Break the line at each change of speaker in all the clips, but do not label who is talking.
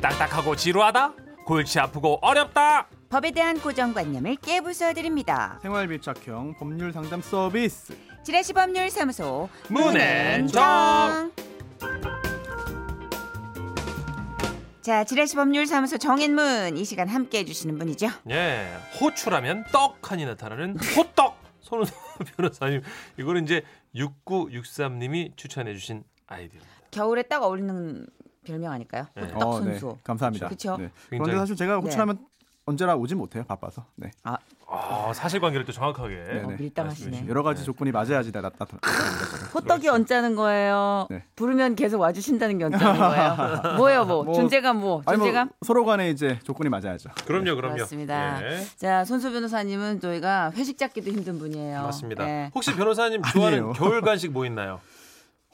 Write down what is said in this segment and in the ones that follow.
딱딱하고 지루하다? 골치 아프고 어렵다?
법에 대한 고정관념을 깨부숴드립니다.
생활비 착형 법률 상담 서비스
지라시 법률사무소
문앤정.
자, 지라시 법률사무소 정앤문 이 시간 함께 해주시는 분이죠.
예, 호추라면 떡하니 나타나는 호떡 손은 변호사님 이거는 이제 6963님이 추천해주신 아이디어.
겨울에 딱 어울리는 별명 아닐까요?
네.
호떡
어, 네.
선수.
감사합니다.
그쵸?
네.
굉장히-
그런데 사실 제가 호출하면 언제나 오진 못해요. 바빠서. 네.
아 사실관계를 또 정확하게.
어,
네.
밀당하시네.
여러 가지 조건이 맞아야지 나 나타나.
호떡이 언짢은 거예요.
네.
부르면 계속 와주신다는 게 언짢은 거예요. 뭐예요, 뭐,
뭐,
존재감 뭐
아니 뭐
존재감?
서로 간에 이제 조건이 맞아야죠.
그럼요, 그럼요.
맞습니다.
예,
자 손수 변호사님은 저희가 회식 잡기도 힘든 분이에요.
맞습니다.
네.
혹시 변호사님 좋아하는
아니에요.
겨울 간식 뭐 있나요?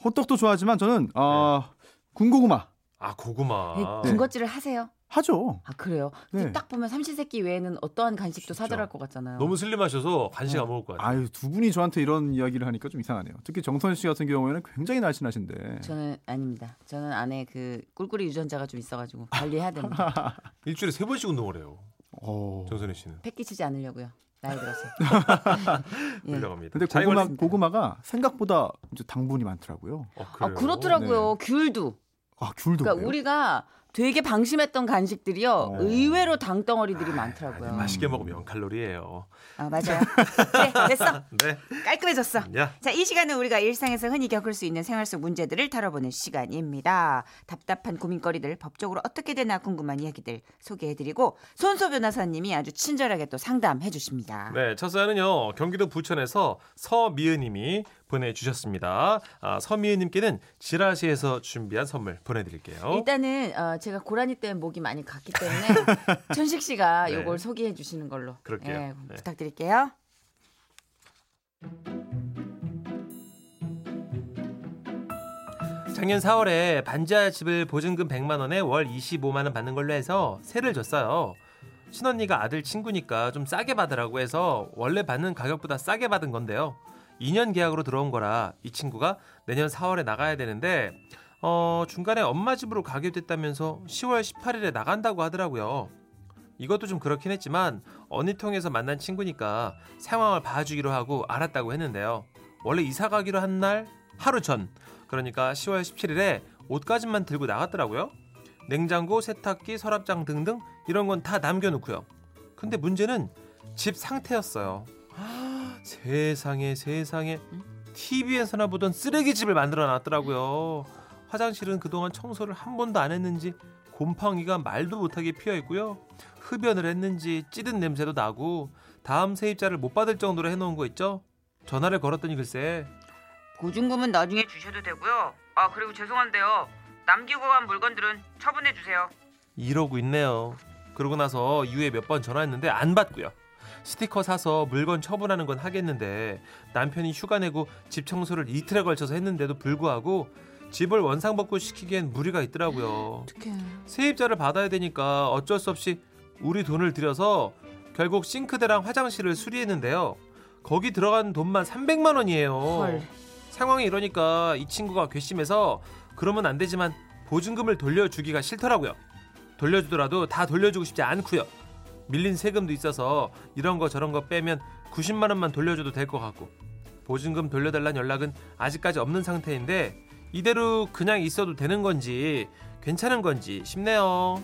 호떡도 좋아하지만 저는 어,
네.
군고구마
아 고구마.
이 군것질을 하세요?
하죠.
아 그래요?
네.
딱 보면 삼시세끼 외에는 어떠한 간식도 사들할 것 같잖아요.
너무 슬림하셔서 간식
네.
안 먹을 것 같아요.
아유 두 분이 저한테 이런 이야기를 하니까 좀 이상하네요. 특히 정선 씨 같은 경우에는 굉장히 날씬하신데
저는 아닙니다. 저는 안에 그 꿀꿀이 유전자가 좀 있어가지고 관리해야 됩니다.
일주일에 세 번씩 운동을 해요.
어.
정선혜 씨는
패 끼치지 않으려고요. 나이 들어서.
아,
예.
훌륭합니다.
근데
잘
고구마,
걸리-
고구마가 생각보다 이제 당분이 많더라고요.
어,
아
그래요? 네.
그렇더라고요. 귤도.
아 귤도
그러니까
그래요?
우리가 되게 방심했던 간식들이요.
어.
의외로 당덩어리들이
아니, 네,
많더라고요.
맛있게 먹으면 0칼로리예요.
아, 맞아요. 그래, 됐어.
네.
깔끔해졌어.
야.
자, 이 시간은 우리가 일상에서 흔히 겪을 수 있는 생활 속 문제들을 다뤄보는 시간입니다. 답답한 고민거리들, 법적으로 어떻게 되나 궁금한 이야기들 소개해드리고 손소 변호사님이 아주 친절하게 또 상담해 주십니다.
네, 첫 사연은요. 경기도 부천에서 서미은님이 보내주셨습니다. 아, 서미은님께는 지라시에서 준비한 선물 보내드릴게요.
일단은 어, 제가 고라니 때문에 목이 많이 갔기 때문에 천식 씨가
네.
요걸 소개해 주시는 걸로
그럴게요.
예,
네.
부탁드릴게요.
작년 4월에 반지하 집을 보증금 100만 원에 월 25만 원 받는 걸로 해서 세를 줬어요. 친언니가 아들 친구니까 좀 싸게 받으라고 해서 원래 받는 가격보다 싸게 받은 건데요. 2년 계약으로 들어온 거라 이 친구가 내년 4월에 나가야 되는데 어, 중간에 엄마 집으로 가게 됐다면서 10월 18일에 나간다고 하더라고요. 이것도 좀 그렇긴 했지만 언니 통해서 만난 친구니까 상황을 봐주기로 하고 알았다고 했는데요. 원래 이사 가기로 한 날 하루 전 그러니까 10월 17일에 옷까지만 들고 나갔더라고요. 냉장고, 세탁기, 서랍장 등등 이런 건 다 남겨놓고요. 근데 문제는 집 상태였어요. 아, 세상에 세상에 TV에서나 보던 쓰레기집을 만들어 놨더라고요. 화장실은 그동안 청소를 한 번도 안 했는지 곰팡이가 말도 못하게 피어 있고요. 흡연을 했는지 찌든 냄새도 나고 다음 세입자를 못 받을 정도로 해놓은 거 있죠? 전화를 걸었더니 글쎄
보증금은 나중에 주셔도 되고요. 아 그리고 죄송한데요. 남기고 간 물건들은 처분해 주세요.
이러고 있네요. 그러고 나서 이후에 몇 번 전화했는데 안 받고요. 스티커 사서 물건 처분하는 건 하겠는데 남편이 휴가 내고 집 청소를 이틀에 걸쳐서 했는데도 불구하고 집을 원상복구 시키기엔 무리가 있더라고요. 세입자를 받아야 되니까 어쩔 수 없이 우리 돈을 들여서 결국 싱크대랑 화장실을 수리했는데요. 거기 들어간 돈만 300만 원이에요.
헐.
상황이 이러니까 이 친구가 괘씸해서 그러면 안 되지만 보증금을 돌려주기가 싫더라고요. 돌려주더라도 다 돌려주고 싶지 않고요. 밀린 세금도 있어서 이런 거 저런 거 빼면 90만 원만 돌려줘도 될 것 같고 보증금 돌려달란 연락은 아직까지 없는 상태인데 이대로 그냥 있어도 되는 건지 괜찮은 건지 싶네요.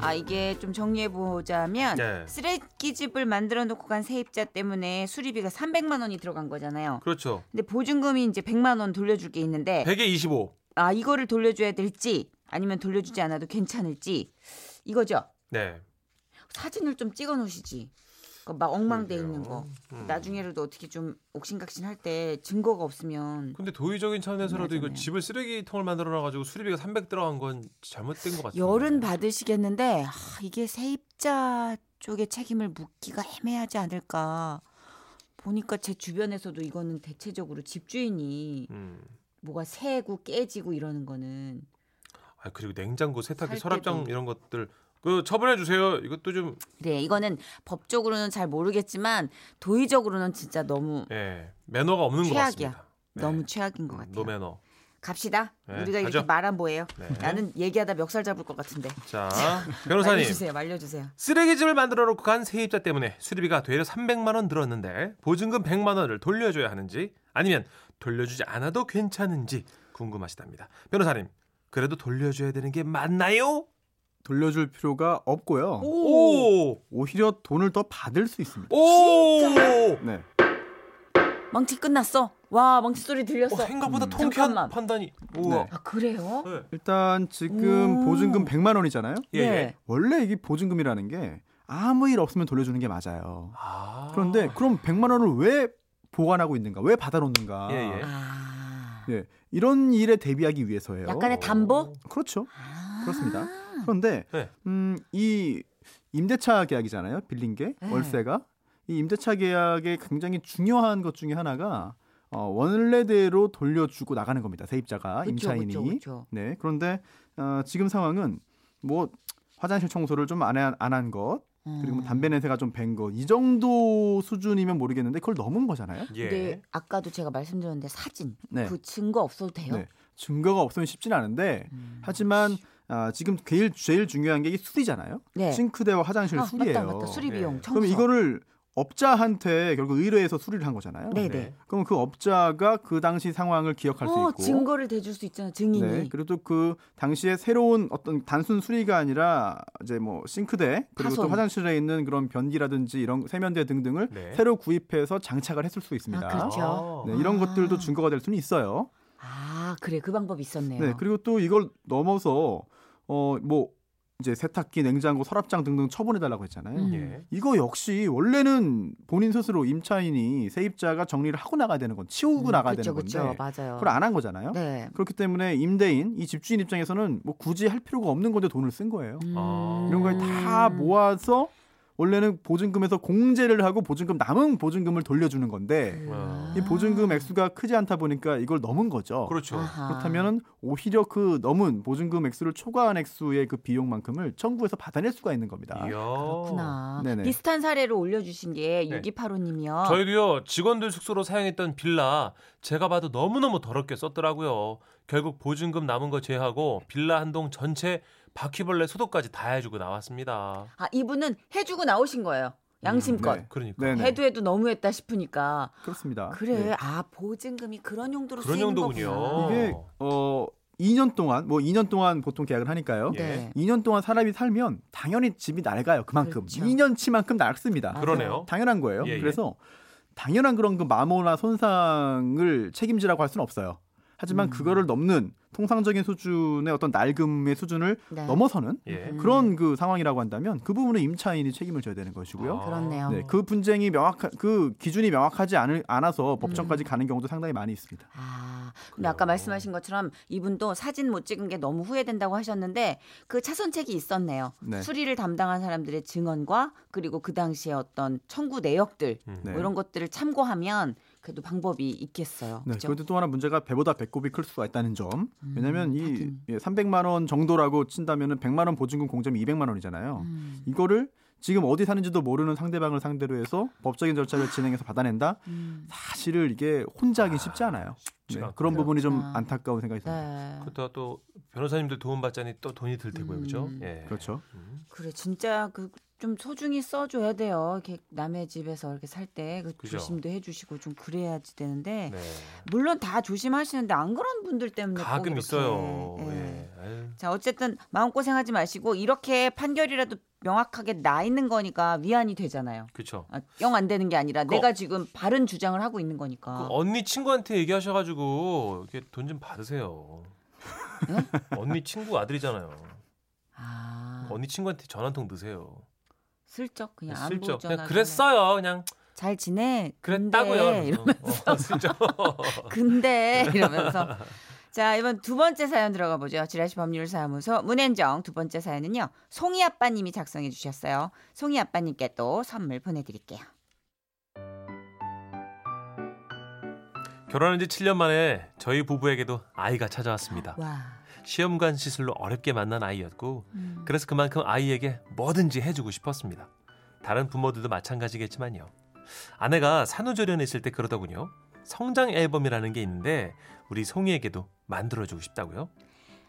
아 이게 좀 정리해 보자면
네.
쓰레기집을 만들어 놓고 간 세입자 때문에 수리비가 300만 원이 들어간 거잖아요.
그렇죠.
근데 보증금이 이제 100만 원 돌려줄 게 있는데
100에 25.
아 이거를 돌려줘야 될지 아니면 돌려주지 않아도 괜찮을지 이거죠.
네.
사진을 좀 찍어 놓으시지. 그막 엉망돼 있는 거.
음.
나중에라도 어떻게 좀 옥신각신 할 때 증거가 없으면
근데 도의적인 차원에서라도 이거
맞아요.
집을 쓰레기통을 만들어 놔 가지고 수리비가 300 들어간 건 잘못된 것 같아요.
열은 받으시겠는데 아, 이게 세입자 쪽의 책임을 묻기가 애매하지 않을까. 보니까 제 주변에서도 이거는 대체적으로 집주인이
음.
뭐가 새고 깨지고 이러는 거는
아 그리고 냉장고, 세탁기,
살
서랍장
때도.
이런 것들 그 처분해 주세요. 이것도 좀
네, 이거는 법적으로는 잘 모르겠지만 도의적으로는 진짜 너무
예. 매너가 없는 것
최악이야.
같습니다. 네.
너무 최악인 것
음,
같아요.
노매너.
갑시다.
네,
우리가 이렇게
가죠.
말 안 보여요.
네.
나는 얘기하다 멱살 잡을 것 같은데.
자, 변호사님.
말려주세요. 말려주세요.
쓰레기집을 만들어 놓고 간 세입자 때문에 수리비가 되려 300만 원 들었는데 보증금 100만 원을 돌려줘야 하는지 아니면 돌려주지 않아도 괜찮은지 궁금하시답니다. 변호사님, 그래도 돌려줘야 되는 게 맞나요?
돌려줄 필요가 없고요.
오!
오히려 돈을 더 받을 수 있습니다.
오!
네.
망치 끝났어. 와 망치 소리
어,
들렸어.
생각보다
음.
통쾌한
잠깐만.
판단이. 우와.
네.
아 그래요?
네.
일단 지금
오.
보증금 100만 원이잖아요.
예, 예.
네.
원래 이게 보증금이라는 게 아무 일 없으면 돌려주는 게 맞아요.
아.
그런데 그럼 100만 원을 왜 보관하고 있는가? 왜 받아놓는가?
예, 예.
아
예, 이런 일에 대비하기 위해서예요.
약간의 네, 담보?
그렇죠.
아.
그렇습니다. 그런데
네.
음, 이 임대차 계약이잖아요. 빌린 게
네.
월세가 이 임대차 계약의 굉장히 중요한 것 중에 하나가 어, 원래대로 돌려주고 나가는 겁니다. 세입자가
그쵸,
임차인이.
그쵸, 그쵸.
네. 그런데 어, 지금 상황은 뭐 화장실 청소를 좀 안한안한 것, 그리고 뭐
음.
담배 냄새가 좀 밴 것, 이 정도 수준이면 모르겠는데 그걸 넘은 거잖아요.
예.
근데 아까도 제가 말씀드렸는데 사진
네.
그 증거 없어도 돼요?
네. 증거가 없으면 쉽진 않은데
음.
하지만 아, 지금 제일 제일 중요한 게 이 수리잖아요.
네.
싱크대와 화장실
아,
수리예요.
맞다 맞다 수리 비용
예.
청소.
그럼 이거를 업자한테 결국 의뢰해서 수리를 한 거잖아요.
네,
네.
네.
그럼 그 업자가 그 당시 상황을 기억할 수
어,
있고
증거를 대줄 수 있잖아 증인이.
네, 그리고 또 그 당시에 새로운 어떤 단순 수리가 아니라 이제 뭐 싱크대 그리고 또
파손.
화장실에 있는 그런 변기라든지 이런 세면대 등등을
네.
새로 구입해서 장착을 했을 수 있습니다.
아, 그렇죠.
아.
네, 이런
아.
것들도 증거가 될 수는 있어요.
아 그래 그 방법 이 있었네요.
네, 그리고 또 이걸 넘어서 어 뭐 이제 세탁기, 냉장고, 서랍장 등등 처분해 달라고 했잖아요.
음.
예.
이거 역시 원래는 본인 스스로 임차인이 세입자가 정리를 하고 나가야 되는 건 치우고 나가야
음, 그쵸,
되는
그쵸,
건데
맞아요.
그걸 안 한 거잖아요.
네.
그렇기 때문에 임대인 이 집주인 입장에서는 뭐 굳이 할 필요가 없는 건데 돈을 쓴 거예요.
아.
이런 걸
음.
다 모아서 원래는 보증금에서 공제를 하고 보증금 남은 보증금을 돌려주는 건데
아.
아.
이 보증금 액수가 크지 않다 보니까 이걸 넘은 거죠.
그렇죠.
아,
그렇다면 오히려 그 넘은 보증금 액수를 초과한 액수의 그 비용만큼을 청구해서 받아낼 수가 있는 겁니다.
이야.
그렇구나.
네네.
비슷한 사례로 올려주신 게
네.
6285님이요.
저희도요 직원들 숙소로 사용했던 빌라 제가 봐도 너무너무 더럽게 썼더라고요 결국 보증금 남은 거 제하고 빌라 한 동 전체 바퀴벌레 소독까지 다 해주고 나왔습니다
아 이분은 해주고 나오신 거예요. 양심껏.
네.
그러니까
네네.
해도 해도 너무했다 싶으니까.
그렇습니다.
그래
네.
아 보증금이 그런 용도로
그런
쓰이는
용도군요.
거구나.
이게 어 2년 동안 뭐 2년 동안 보통 계약을 하니까요.
예.
네.
2년 동안 사람이 살면 당연히 집이 낡아요. 그만큼
그렇죠.
2년치만큼 낡습니다.
맞아요.
그러네요
당연한 거예요.
예, 예.
그래서 당연한 그런 그 마모나 손상을 책임지라고 할 수는 없어요. 하지만
음.
그거를 넘는 통상적인 수준의 어떤 낡음의 수준을
네.
넘어서는
예.
음.
그런 그 상황이라고 한다면 그 부분은 임차인이 책임을 져야 되는 것이고요.
아.
그렇네요.
네, 그 분쟁이 명확한 그 기준이 명확하지 않을, 않아서
음.
법정까지 가는 경우도 상당히 많이 있습니다.
아, 근데
그래요.
아까 말씀하신 것처럼 이분도 사진 못 찍은 게 너무 후회된다고 하셨는데 그 차선책이 있었네요.
네.
수리를 담당한 사람들의 증언과 그리고 그 당시에 어떤 청구 내역들
음.
네.
뭐 이런 것들을 참고하면 그래도 방법이 있겠어요.
네,
그죠? 음,
그것도 또 하나 문제가 배보다 배꼽이 클 수가 있다는 점. 왜냐하면 이
하긴.
예, 300만 원 정도라고 친다면은 100만 원 보증금 공점이 200만 원이잖아요.
음,
이거를 지금 어디 사는지도 모르는 상대방을 상대로 해서 법적인 절차를 진행해서 받아낸다.
음.
사실을 이게 혼자 하긴 쉽지 않아요. 네,
쉽지가 않고.
그런 부분이 좀
그렇구나.
안타까운 생각이 듭니다.
네.
그렇다가 또 변호사님들 도움 받자니 또 돈이 들 테고요 그렇죠
음.
예.
그렇죠.
음.
그래 진짜 그 좀 소중히 써줘야 돼요. 이렇게 남의 집에서 이렇게 살 때
그죠.
조심도 해주시고 좀 그래야지 되는데
네.
물론 다 조심하시는데 안 그런 분들 때문에 꼭
가끔
이렇게,
있어요
예.
예. 아유.
자 어쨌든 마음 고생하지 마시고 이렇게 판결이라도 명확하게 나 있는 거니까 위안이 되잖아요.
그렇죠
영 안 되는 게 아니라
그거-
내가 지금 바른 주장을 하고 있는
그
거니까.
언니 친구한테 얘기하셔가지고 이렇게 돈 좀 받으세요 언니 친구 아들이잖아요
아
언니 친구한테 전화 한 통 넣으세요.
슬쩍 그냥 안
네, 슬쩍.
보잖아.
그냥 그랬어요. 그냥
잘 지내.
그랬다고요.
근데 이러면서
어, 슬쩍.
근데 이러면서 자 이번 두 번째 사연 들어가 보죠. 지라시 법률사무소 문앤정 두 번째 사연은요. 송이 아빠님이 작성해 주셨어요. 송이 아빠님께 또 선물 보내드릴게요.
어. 결혼한 지 7년 만에 저희 부부에게도 아이가 찾아왔습니다.
와.
시험관 시술로 어렵게 만난 아이였고
음.
그래서 그만큼 아이에게 뭐든지 해주고 싶었습니다. 다른 부모들도 마찬가지겠지만요. 아내가 산후조리원에 있을 때 그러더군요. 성장 앨범이라는 게 있는데 우리 송이에게도 만들어주고 싶다고요?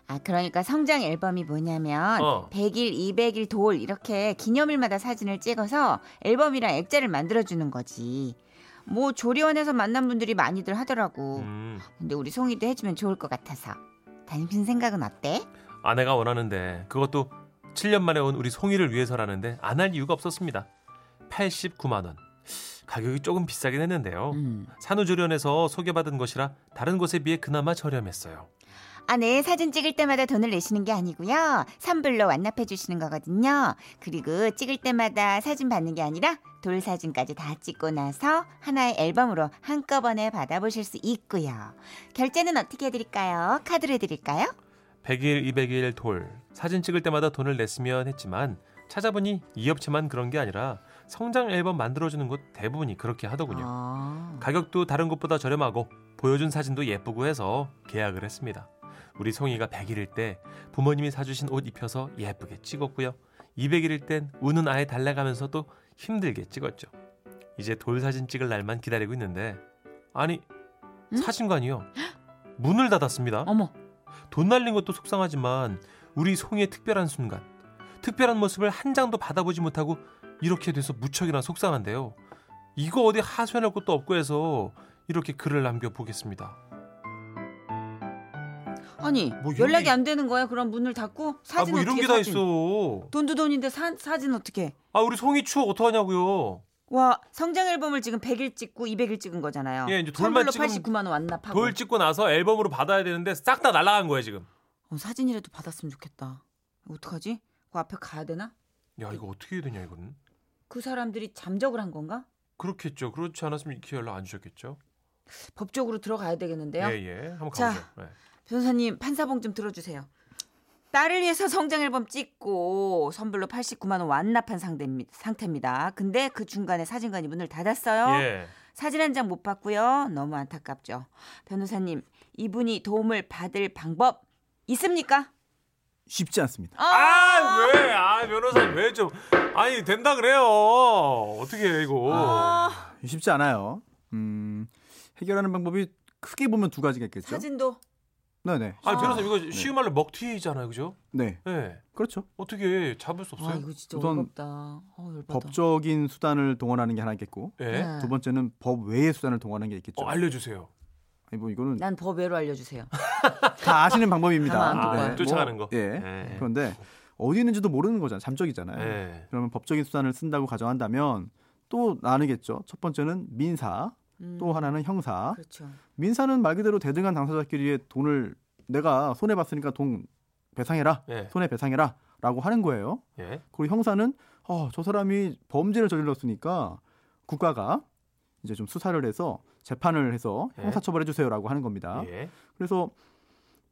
아 그러니까 성장 앨범이 뭐냐면
어.
100일, 200일 돌 이렇게 기념일마다 사진을 찍어서 앨범이랑 액자를 만들어주는 거지. 뭐 조리원에서 만난 분들이 많이들 하더라고.
음,
근데 우리 송이도 해주면 좋을 것 같아서. 당신 생각은 어때?
아내가 원하는데 그것도 7년 만에 온 우리 송이를 위해서라는데 안 할 이유가 없었습니다. 89만 원. 가격이 조금 비싸긴 했는데요.
음.
산후조리원에서 소개받은 것이라 다른 곳에 비해 그나마 저렴했어요.
아, 네. 사진 찍을 때마다 돈을 내시는 게 아니고요. 선불로 완납해 주시는 거거든요. 그리고 찍을 때마다 사진 받는 게 아니라 돌 사진까지 다 찍고 나서 하나의 앨범으로 한꺼번에 받아보실 수 있고요. 결제는 어떻게 해드릴까요? 카드로 해드릴까요?
100일, 200일 돌. 사진 찍을 때마다 돈을 냈으면 했지만 찾아보니 이 업체만 그런 게 아니라 성장 앨범 만들어주는 곳 대부분이 그렇게 하더군요.
아,
가격도 다른 곳보다 저렴하고 보여준 사진도 예쁘고 해서 계약을 했습니다. 우리 송이가 100일일 때 부모님이 사주신 옷 입혀서 예쁘게 찍었고요. 200일일 땐 우는 아이 달래가면서 또 힘들게 찍었죠. 이제 돌 사진 찍을 날만 기다리고 있는데 아니
음?
사진관이요 문을 닫았습니다.
어머.
돈 날린 것도 속상하지만 우리 송이의 특별한 순간, 특별한 모습을 한 장도 받아보지 못하고 이렇게 돼서 무척이나 속상한데요. 이거 어디 하소연할 것도 없고 해서 이렇게 글을 남겨보겠습니다. 아,
아니
뭐 이런
연락이
게-
안 되는 거야? 그럼 문을 닫고
아
사진
뭐 이런
어떻게
게 다
사진?
있어.
돈도 돈인데 사, 사진 어떻게?
아 우리 송이 추억 어떡하냐고요.
와 성장 앨범을 지금 100일 찍고 200일 찍은 거잖아요.
예, 이제 돌만
선불로
찍으면
89만 원 완납하고
돌 찍고 나서 앨범으로 받아야 되는데 싹 다 날라간 거예요 지금.
어, 사진이라도 받았으면 좋겠다. 어떡하지? 그 앞에 가야 되나?
야 이거 어떻게 해야 되냐 이거는.
그 사람들이 잠적을 한 건가?
그렇겠죠. 그렇지 않았으면 이렇게 연락 안 주셨겠죠.
법적으로 들어가야 되겠는데요.
예예. 한번
자.
가보죠. 네.
변호사님 판사봉 좀 들어주세요. 딸을 위해서 성장 앨범 찍고 선불로 89만 원 완납한 상태입니- 상태입니다. 근데 그 중간에 사진관이 문을 닫았어요.
예.
사진 한 장 못 받고요. 너무 안타깝죠. 변호사님 이분이 도움을 받을 방법 있습니까?
쉽지 않습니다.
아, 왜? 아, 변호사님, 왜 좀. 아니, 된다 그래요. 어떻게 해, 이거.
아.
쉽지 않아요. 음, 해결하는 방법이 크게 보면 두 가지가 있겠죠.
사진도
네네.
아니, 변호사님, 이거 쉬운 말로 먹튀잖아요, 그죠?
네,
예.
그렇죠.
어떻게 잡을 수
아
없어요?
이거 진짜
우선
어렵다. 어, 열받아.
법적인 수단을 동원하는 게 하나 있겠고
예.
네.
두 번째는 법 외의 수단을 동원하는 게 있겠죠.
어, 알려주세요.
아니 뭐 이거는
난 법외로 알려주세요.
다 아시는 방법입니다.
가만 안
아,
네,
아,
뭐,
쫓아가는 거.
예.
예.
그런데 어디 있는지도 모르는 거잖아요. 잠적이잖아요.
예.
그러면 법적인 수단을 쓴다고 가정한다면 또 나누겠죠. 첫 번째는 민사,
음,
또 하나는 형사.
그렇죠.
민사는 말 그대로 대등한 당사자끼리의 돈을 내가 손해 봤으니까 돈 배상해라,
네.
예.
손해 배상해라라고 하는 거예요.
예.
그리고 형사는 어, 저 사람이 범죄를 저질렀으니까 국가가 이제 좀 수사를 해서 재판을 해서
네.
형사 처벌해 주세요라고 하는 겁니다.
예.
그래서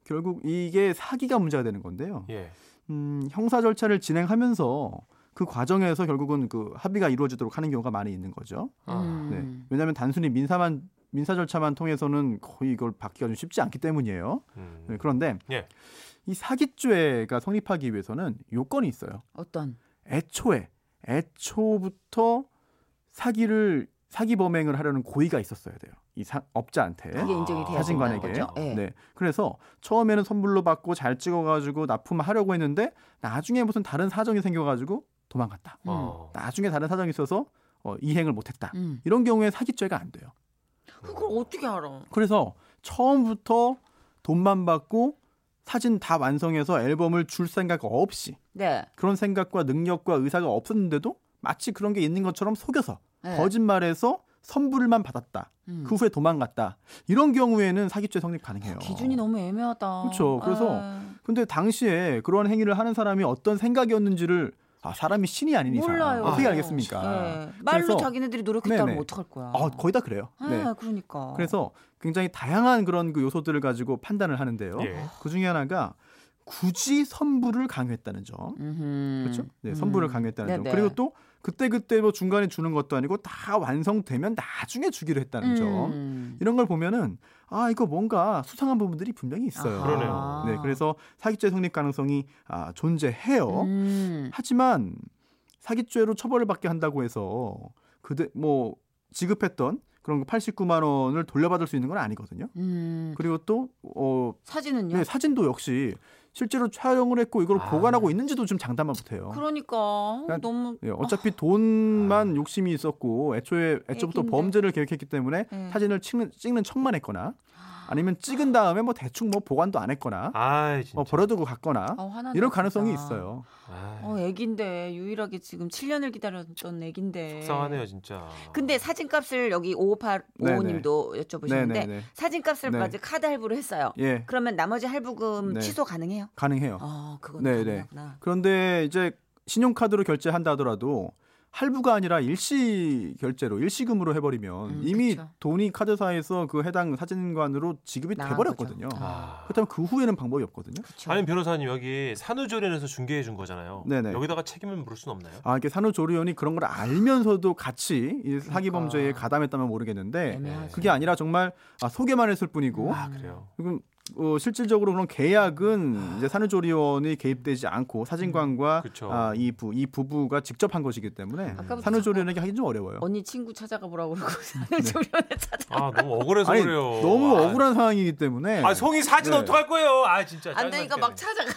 결국 이게 사기가 문제가 되는 건데요.
예.
음, 형사 절차를 진행하면서 그 과정에서 결국은 그 합의가 이루어지도록 하는 경우가 많이 있는 거죠.
아.
음.
네. 왜냐하면 단순히 민사만 민사 절차만 통해서는 거의 이걸 받기가 좀 쉽지 않기 때문이에요.
음.
네, 그런데
예.
이 사기죄가 성립하기 위해서는 요건이 있어요.
어떤?
애초에 애초부터 사기를 사기 범행을 하려는 고의가 있었어야 돼요. 이 사- 업자한테
그게 인정이 돼야
예? 사진관에게.
된다는 거죠. 예.
네. 그래서 처음에는 선불로 받고 잘 찍어가지고 납품하려고 했는데 나중에 무슨 다른 사정이 생겨가지고 도망갔다.
어.
나중에 다른 사정이 있어서 어, 이행을 못했다.
음.
이런 경우에 사기죄가 안 돼요.
그걸 어떻게 알아?
그래서 처음부터 돈만 받고 사진 다 완성해서 앨범을 줄 생각 없이
네.
그런 생각과 능력과 의사가 없었는데도 마치 그런 게 있는 것처럼 속여서
네.
거짓말해서 선불만 받았다.
음.
그 후에 도망갔다. 이런 경우에는 사기죄 성립 가능해요.
아, 기준이 너무 애매하다.
그렇죠. 그래서
예.
근데 당시에 그런 행위를 하는 사람이 어떤 생각이었는지를 아, 사람이 신이 아닌 이상
몰라요.
어떻게
네.
알겠습니까?
예. 말로
그래서-
자기네들이 노력했다면
네네.
어떡할 거야?
어, 거의 다 그래요.
예,
네.
그러니까.
그래서 굉장히 다양한 그런 그 요소들을 가지고 판단을 하는데요.
예.
그 중에 하나가 굳이 선불을 강요했다는 점.
음흠.
그렇죠? 네,
음.
선불을 강요했다는 점.
네네.
그리고 또 그때 그때 뭐 중간에 주는 것도 아니고 다 완성되면 나중에 주기로 했다는 점.
음.
이런 걸 보면은 아 이거 뭔가 수상한 부분들이 분명히 있어요.
아하.
그러네요.
네, 그래서 사기죄 성립 가능성이 아, 존재해요.
음.
하지만 사기죄로 처벌을 받게 한다고 해서 그대 뭐 지급했던 그런 거 89만 원을 돌려받을 수 있는 건 아니거든요.
음.
그리고 또 어,
사진은요?
네, 사진도 역시 실제로 촬영을 했고 이걸
아.
보관하고 있는지도 좀 장담만 못해요.
그러니까
그러니까
너무
예, 어차피 돈만 욕심이 있었고 애초에 애초부터
아. 애긴데.
범죄를 계획했기 때문에
네.
사진을 찍는, 찍는 척만 했거나 아니면 찍은 다음에 뭐 대충 뭐 보관도 안 했거나
아 진짜.
뭐 버려두고 갔거나
어, 화나.
이럴 가능성이 있어요.
아이,
어, 애긴데 유일하게 지금 7년을 기다렸던 애긴데.
속상하네요 진짜.
예. 근데 사진값을 여기 5585님도 여쭤보셨는데
네, 네네네.
사진값을까지 카드 할부로 했어요.
예,
그러면 나머지 할부금
네.
음, 취소 가능해요?
가능해요.
아, 그건
네,
가능하구나.
그런데 이제 신용카드로 결제한다 하더라도 할부가 아니라 일시 결제로 일시금으로 해버리면
음,
이미
그쵸. 돈이
돈이 카드사에서 그 해당 사진관으로 지급이
나간
돼버렸거든요.
거죠.
아.
그렇다면 그 후에는 방법이 없거든요.
그쵸.
아니 변호사님 여기 산후조리원에서 중개해 준 거잖아요.
네네.
여기다가 책임을 물을 순 없나요?
아, 이게 산후조리원이 그런 걸 알면서도 같이 이
그러니까.
사기 범죄에 가담했다면 모르겠는데
애매하죠.
그게 아니라 정말 아, 소개만 했을 뿐이고
네.
음.
아 그래요.
그럼 어, 실질적으로 그런 계약은 이제 산후조리원이 개입되지 않고 사진관과
그쵸.
아, 이, 부, 이 부부가 직접 한 것이기 때문에
아까부터
산후조리원에게 하긴 좀 어려워요. 음. 네.
언니 친구 찾아가 보라고 그러고 조련에 찾아.
아 너무 억울해서
아니
그래요.
너무
아,
억울한 상황이기 때문에
아 송이 사진
네.
어떡할 거예요? 아 진짜.
안 되니까
짜증나겠네.
막 찾아가.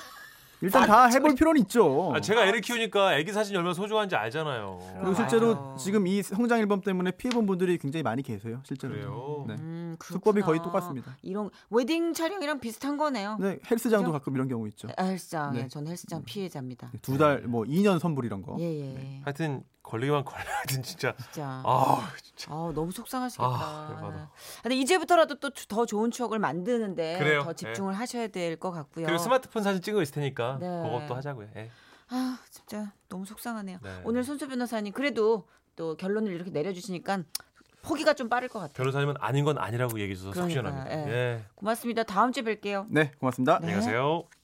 일단 다 해볼 필요는 있죠.
아, 제가 애를 키우니까 애기 사진이 얼마나 소중한지 알잖아요.
그리고 실제로
맞아요.
지금 이 성장일범 때문에 피해본 분들이 굉장히 많이 계세요. 실제로.
그래요?
네.
음,
수법이 거의
그렇구나.
똑같습니다.
이런 웨딩 촬영이랑 비슷한 거네요.
네,
그죠?
헬스장도 가끔 이런 경우 있죠.
헬스장,
네.
예, 저는 헬스장 피해자입니다.
두 달 뭐 2년 선불 이런 거.
예, 예,
하여튼 걸리기만 걸려하여튼 진짜.
진짜. 아,
네. 아 진짜.
너무 속상하시겠다.
아, 열받아.
근데 이제부터라도 또 더 좋은 추억을 만드는데
그래요.
더 집중을 하셔야 될 것 같고요.
그리고 스마트폰 사진 찍고 있을 테니까
네.
그것도 하자고요. 예.
아, 진짜 너무 속상하네요.
네.
오늘 손수 변호사님 그래도 또 결론을 이렇게 내려주시니까 포기가 좀 빠를 것 같아요.
변호사님은 아닌 건 아니라고 얘기해 주셔서
그러니까요.
속시원합니다.
예.
예.
고맙습니다. 다음 주에 뵐게요.
네, 고맙습니다.
네.
안녕하세요.